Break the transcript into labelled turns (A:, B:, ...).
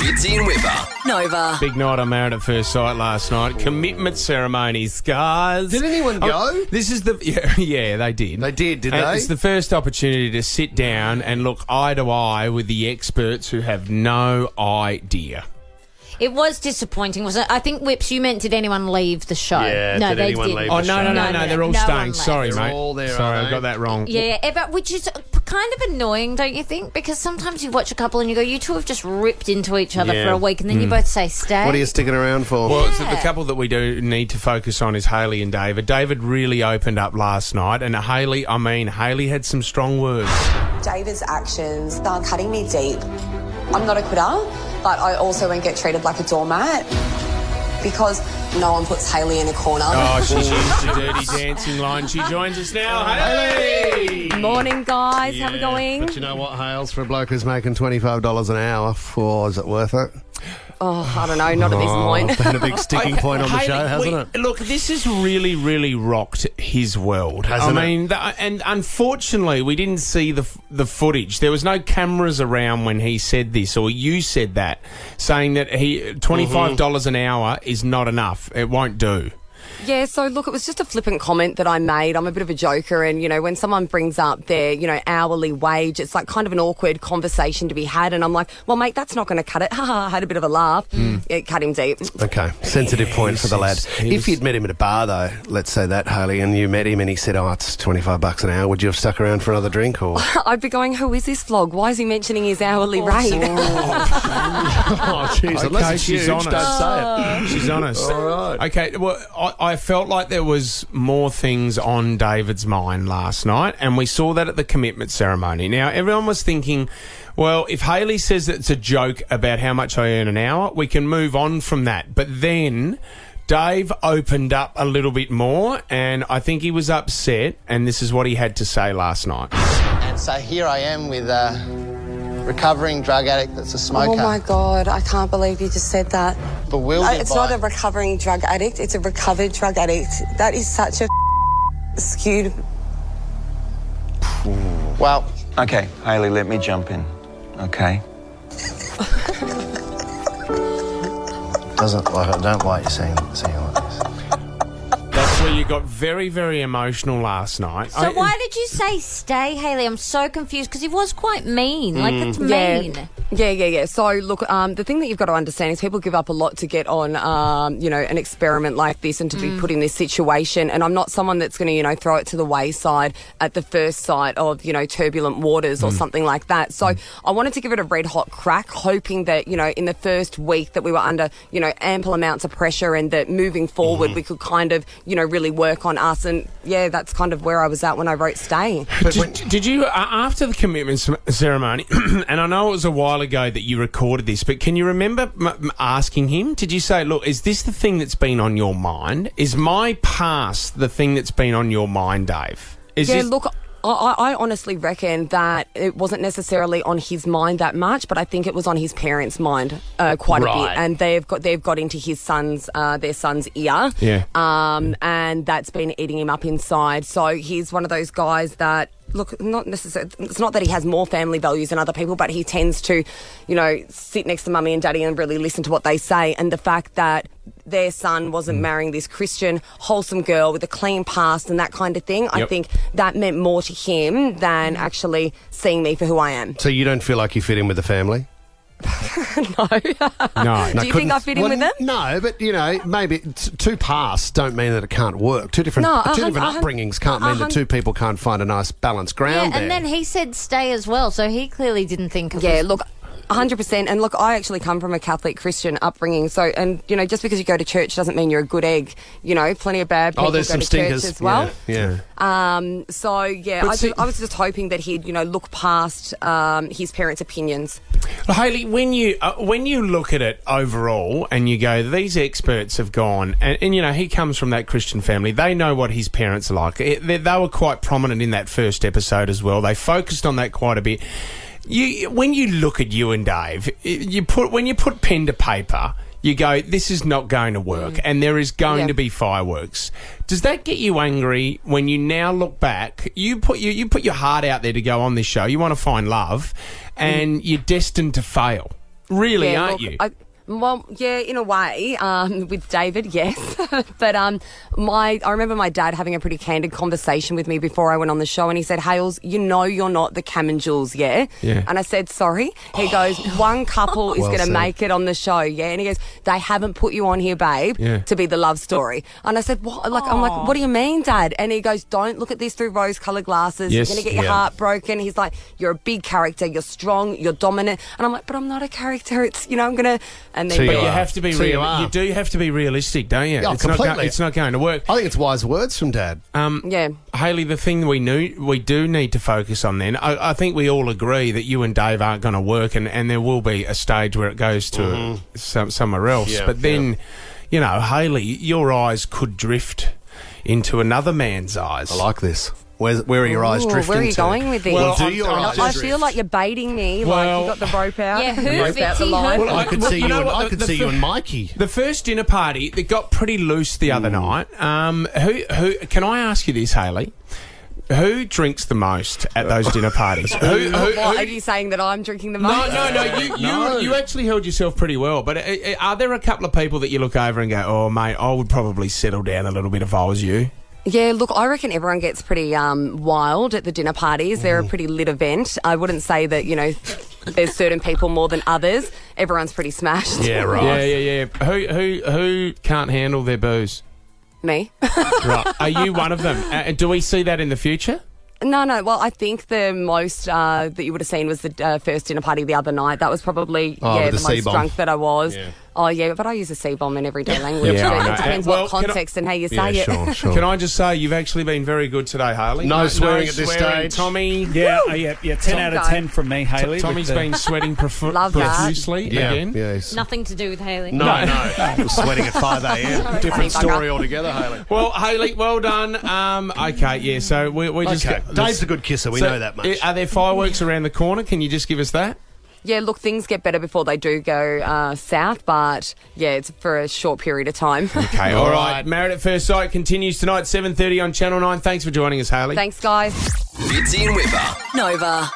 A: Mitzi and Whipper.
B: Nova.
C: Big night on Married at First Sight last night. Commitment ceremony, scars. Oh,
D: Did anyone go?
C: This is the yeah, yeah they did.
D: They did, did
C: And
D: they?
C: It's the first opportunity to sit down and look eye to eye with the experts who have no idea.
B: It was disappointing, wasn't it? I think Whips, you meant did anyone leave the show?
D: Yeah,
B: no,
D: did
B: they
D: anyone
B: didn't.
D: leave
C: Oh
D: the
C: no no no no,
B: No,
C: they're all
B: no one
C: staying.
B: left.
C: Sorry
D: They're
C: mate.
D: all there,
C: Sorry
D: aren't
C: I
D: they?
C: got that wrong.
B: Yeah, eh, but which is kind of annoying, don't you think? Because sometimes you watch a couple and you go, you two have just ripped into each other
D: Yeah. Hmm.
B: for a week, and then you both say, stay.
D: What are you sticking around for?
C: Well, it's that the
B: Yeah.
C: couple that we do need to focus on is Haley and David. David really opened up last night, and Haley, I mean, Haley had some strong words.
E: David's actions are cutting me deep. I'm not a quitter, but I also won't get treated like a doormat because no one puts Haley in a corner.
C: Oh, she's used the dirty dancing line. She joins us now. Haley!
B: Morning, guys. How we going?
D: But you know what, Hales? For a bloke who's making $25 an hour, for, is it worth it?
F: Oh, I don't know, not at this point.
D: It's been a big sticking point on the show, hasn't it?
C: Look, this has really, really rocked his world,
D: Hasn't
C: I
D: it?
C: mean, th- and unfortunately, we didn't see the f- the footage. There was no cameras around when he said this, or you said that, saying that he twenty
D: Mm-hmm.
C: five dollars an hour is not enough. It won't do.
F: Yeah, so look, it was just a flippant comment that I made. I'm a bit of a joker, and you know, when someone brings up their, you know, hourly wage, it's like kind of an awkward conversation to be had. And I'm like, well, mate, that's not going to cut it. Ha ha! I had a bit of a laugh. It cut him deep.
D: Okay, sensitive point for the lad.
C: he's-
D: If you'd met him at a bar, though, let's say that, Haley, and you met him and he said, oh, it's 25 bucks an hour, would you have stuck around for another drink? Or
F: I'd be going, who is this vlog? Why is he mentioning his hourly rate?
D: Oh, jeez,
C: Okay, she's honest.
D: say it.
C: She's honest.
F: Oh.
D: All right.
C: Okay, well, I, I felt like there was more things on David's mind last night, and we saw that at the commitment ceremony. Now, everyone was thinking, well, if Haley says that it's a joke about how much I earn an hour, we can move on from that. But then Dave opened up a little bit more, and I think he was upset, and this is what he had to say last night.
G: And so here I am with a recovering drug addict that's a smoker.
E: Oh my god, I can't believe you just said that.
G: Bewildered
E: Uh, It's
G: by
E: not a recovering drug addict, it's a recovered drug addict. That is such a skewed.
G: Well,
H: Okay, Haley, let me jump in. Okay.
G: doesn't like I don't like you seeing seeing like this.
C: That's where you got very, very emotional last night.
B: So why did you say stay, Haley? I'm so confused because he was quite mean. Like
D: Hmm.
B: that's mean.
F: Yeah, yeah, yeah. So, look, um, the thing that you've got to understand is people give up a lot to get on, um, you know, an experiment like this and to be put in this situation. And I'm not someone that's going to, you know, throw it to the wayside at the first sight of, you know, turbulent waters or something like that. So I wanted to give it a red hot crack, hoping that, you know, in the first week that we were under, you know, ample amounts of pressure and that moving forward we could kind of, you know, really work on us. And yeah, that's kind of where I was at when I wrote Stay.
C: did, did you uh, after the commitment c- ceremony? and I know it was a while ago that you recorded this, but can you remember m- m- asking him? Did you say, "Look, is this the thing that's been on your mind? Is my past the thing that's been on your mind, Dave?" Is
F: Yeah,
C: this-
F: look, I, I I honestly reckon that it wasn't necessarily on his mind that much, but I think it was on his parents' mind uh, quite a
D: Right.
F: bit, and they've got they've got into his son's uh, their son's ear,
C: Yeah.
F: um, and that's been eating him up inside. So he's one of those guys that. Look, not necessarily. It's not that he has more family values than other people, but he tends to, you know, sit next to mummy and daddy and really listen to what they say. And the fact that their son wasn't marrying this Christian, wholesome girl with a clean past and that kind of thing, I
C: Yep.
F: think that meant more to him than actually seeing me for who I am.
D: So you don't feel like you fit in with the family?
C: no,
F: Do you think I fit in
D: Well,
F: with them?
D: No, but you know, maybe it's two paths don't mean that it can't work. Two different,
F: No, a
D: two
F: hun-
D: different
F: a hun-
D: upbringings can't mean
F: a
D: that
F: hun-
D: two people can't find a nice balanced
B: Yeah,
D: ground
B: and
D: there.
B: then he said stay as well, so he clearly didn't think of
F: Yeah,
B: his-
F: look, 100%. And look, I actually come from a Catholic Christian upbringing. So, and, you know, just because you go to church doesn't mean you're a good egg. You know, plenty of bad people
D: oh, there's
F: go
D: some
F: to
D: stinkers
F: church as well.
D: Yeah, yeah.
F: Um, so, yeah, I,
C: see-
F: ju- I was just hoping that he'd, you know, look past um, his parents' opinions.
C: Haley, when you uh, when you look at it overall and you go, these experts have gone, and, and you know he comes from that Christian family. They know what his parents are like. It- they, they were quite prominent in that first episode as well. They focused on that quite a bit. You when you look at you and Dave, you put when you put pen to paper. You go, this is not going to work, and there is going
F: Yeah.
C: to be fireworks. Does that get you angry when you now look back? You put you, you put your heart out there to go on this show. You want to find love, and you're destined to fail. Really,
F: Yeah,
C: aren't
F: look,
C: you?
F: I, well, yeah, in a way, um, with David, yes. but um, my, I remember my dad having a pretty candid conversation with me before I went on the show, and he said, "Hales, you know you're not the Cam and Jules, yeah?"
C: Yeah. Oh.
F: And I said, "Sorry." He goes, "One couple is
D: Well
F: going to
D: said.
F: make it on the show, yeah?" And he goes, "They haven't put you on here, babe,
C: Yeah.
F: to be the love story." And I said, "What?" Like, I'm like, "What do you mean, Dad?" And he goes, "Don't look at this through rose-colored glasses.
C: Yes,
F: you're going to get your
C: yeah.
F: heart broken. He's like, you're a big character. You're strong. You're dominant. And I'm like, but I'm not a character. It's you know, I'm gonna. And then
D: So
C: but
D: You
C: you
D: are.
C: have to be
D: So you
C: real.
D: are.
C: You, do have to be realistic, don't you?
D: Oh,
C: it's, not go-
D: completely.
C: it's not going to work.
D: I think it's wise words from Dad.
F: yeah,
C: Haley, the thing we knew we do need to focus on then, I, I think we all agree that you and Dave aren't going to work, and, and there will be a stage where it goes to some, somewhere else.
D: Mm-hmm. Yeah,
C: but then, you know, Haley, your eyes could drift into another man's eyes.
D: I like this. Where's, where are your eyes
F: Ooh,
D: drifting
F: where are you
D: to?
F: going with this?
D: Well, do
C: I'm-
D: your
C: I'm-
F: I,
D: eyes
F: I
D: drift?
F: feel like you're baiting me.
C: Well-
F: like you got the rope out.
B: Yeah,
F: the
B: who,
F: rope out the
B: Vicky,
F: line.
B: who?
D: Well, I could
C: Well,
D: see
C: you
D: you.
C: know
D: and,
C: what,
D: I
C: the-
D: could
C: the
D: see you
C: fir-
D: and Mikey.
C: The first dinner party that got pretty loose the
D: Mm.
C: other night. Um, who who can I ask you this, Haley? Who drinks the most at those dinner parties? who, who,
F: What,
C: who-
F: are you saying that I'm drinking the
C: No,
F: most?
C: no, no. You, you, you actually held yourself pretty well. But uh, uh, are there a couple of people that you look over and go, "Oh, mate, I would probably settle down a little bit if I was you"?
F: Yeah, look, I reckon everyone gets pretty um, wild at the dinner parties. They're a
D: Mm.
F: pretty lit event. I wouldn't say that you know there's certain people more than others. Everyone's pretty smashed.
D: Yeah, right.
C: Yeah, yeah, yeah. Who, who, who can't handle their booze?
F: Me.
C: right. Are you one of them? Uh, do we see that in the future?
F: No, no. Well, I think the most uh, that you would have seen was the uh, first dinner party the other night. That was probably
D: Oh,
F: yeah
D: with
F: the,
D: the
F: most
D: C-bomb.
F: drunk that I was. Oh yeah, but I use a C bomb in everyday language.
C: Yeah,
F: you know,
C: I know.
F: it depends
C: Uh, well,
F: what
C: can I-
F: context and how you
D: Yeah,
F: say it.
D: sure, sure.
C: Can I just say you've actually been very good today, Harley?
D: No swearing at this stage.
C: Tommy.
A: Yeah, uh, yeah, yeah. Ten out of
F: Tom-
A: ten from me, Haley.
C: Tommy's
A: with the-
C: been sweating profu-
F: Love that.
C: profusely
D: yeah,
C: again.
D: yeah, he's-
B: Nothing to do with Haley.
D: No, no. We're sweating at 5 a.m. Different
F: Sorry, bugger.
D: story altogether, Haley.
C: Well, Haley, well done. Um, okay, yeah. So we we just
D: Okay.
C: got-
D: Dave's a good kisser. We know that much.
C: i- Are there fireworks around the corner? Can you just give us that?
F: Yeah, look, things get better before they do go uh, south, but yeah, it's for a short period of time.
C: Okay, all right. Married at First Sight continues tonight, 7.30 on Channel 9. Thanks for joining us, Haley.
F: Thanks, guys.
I: Fitzy and Whipper.
F: Nova.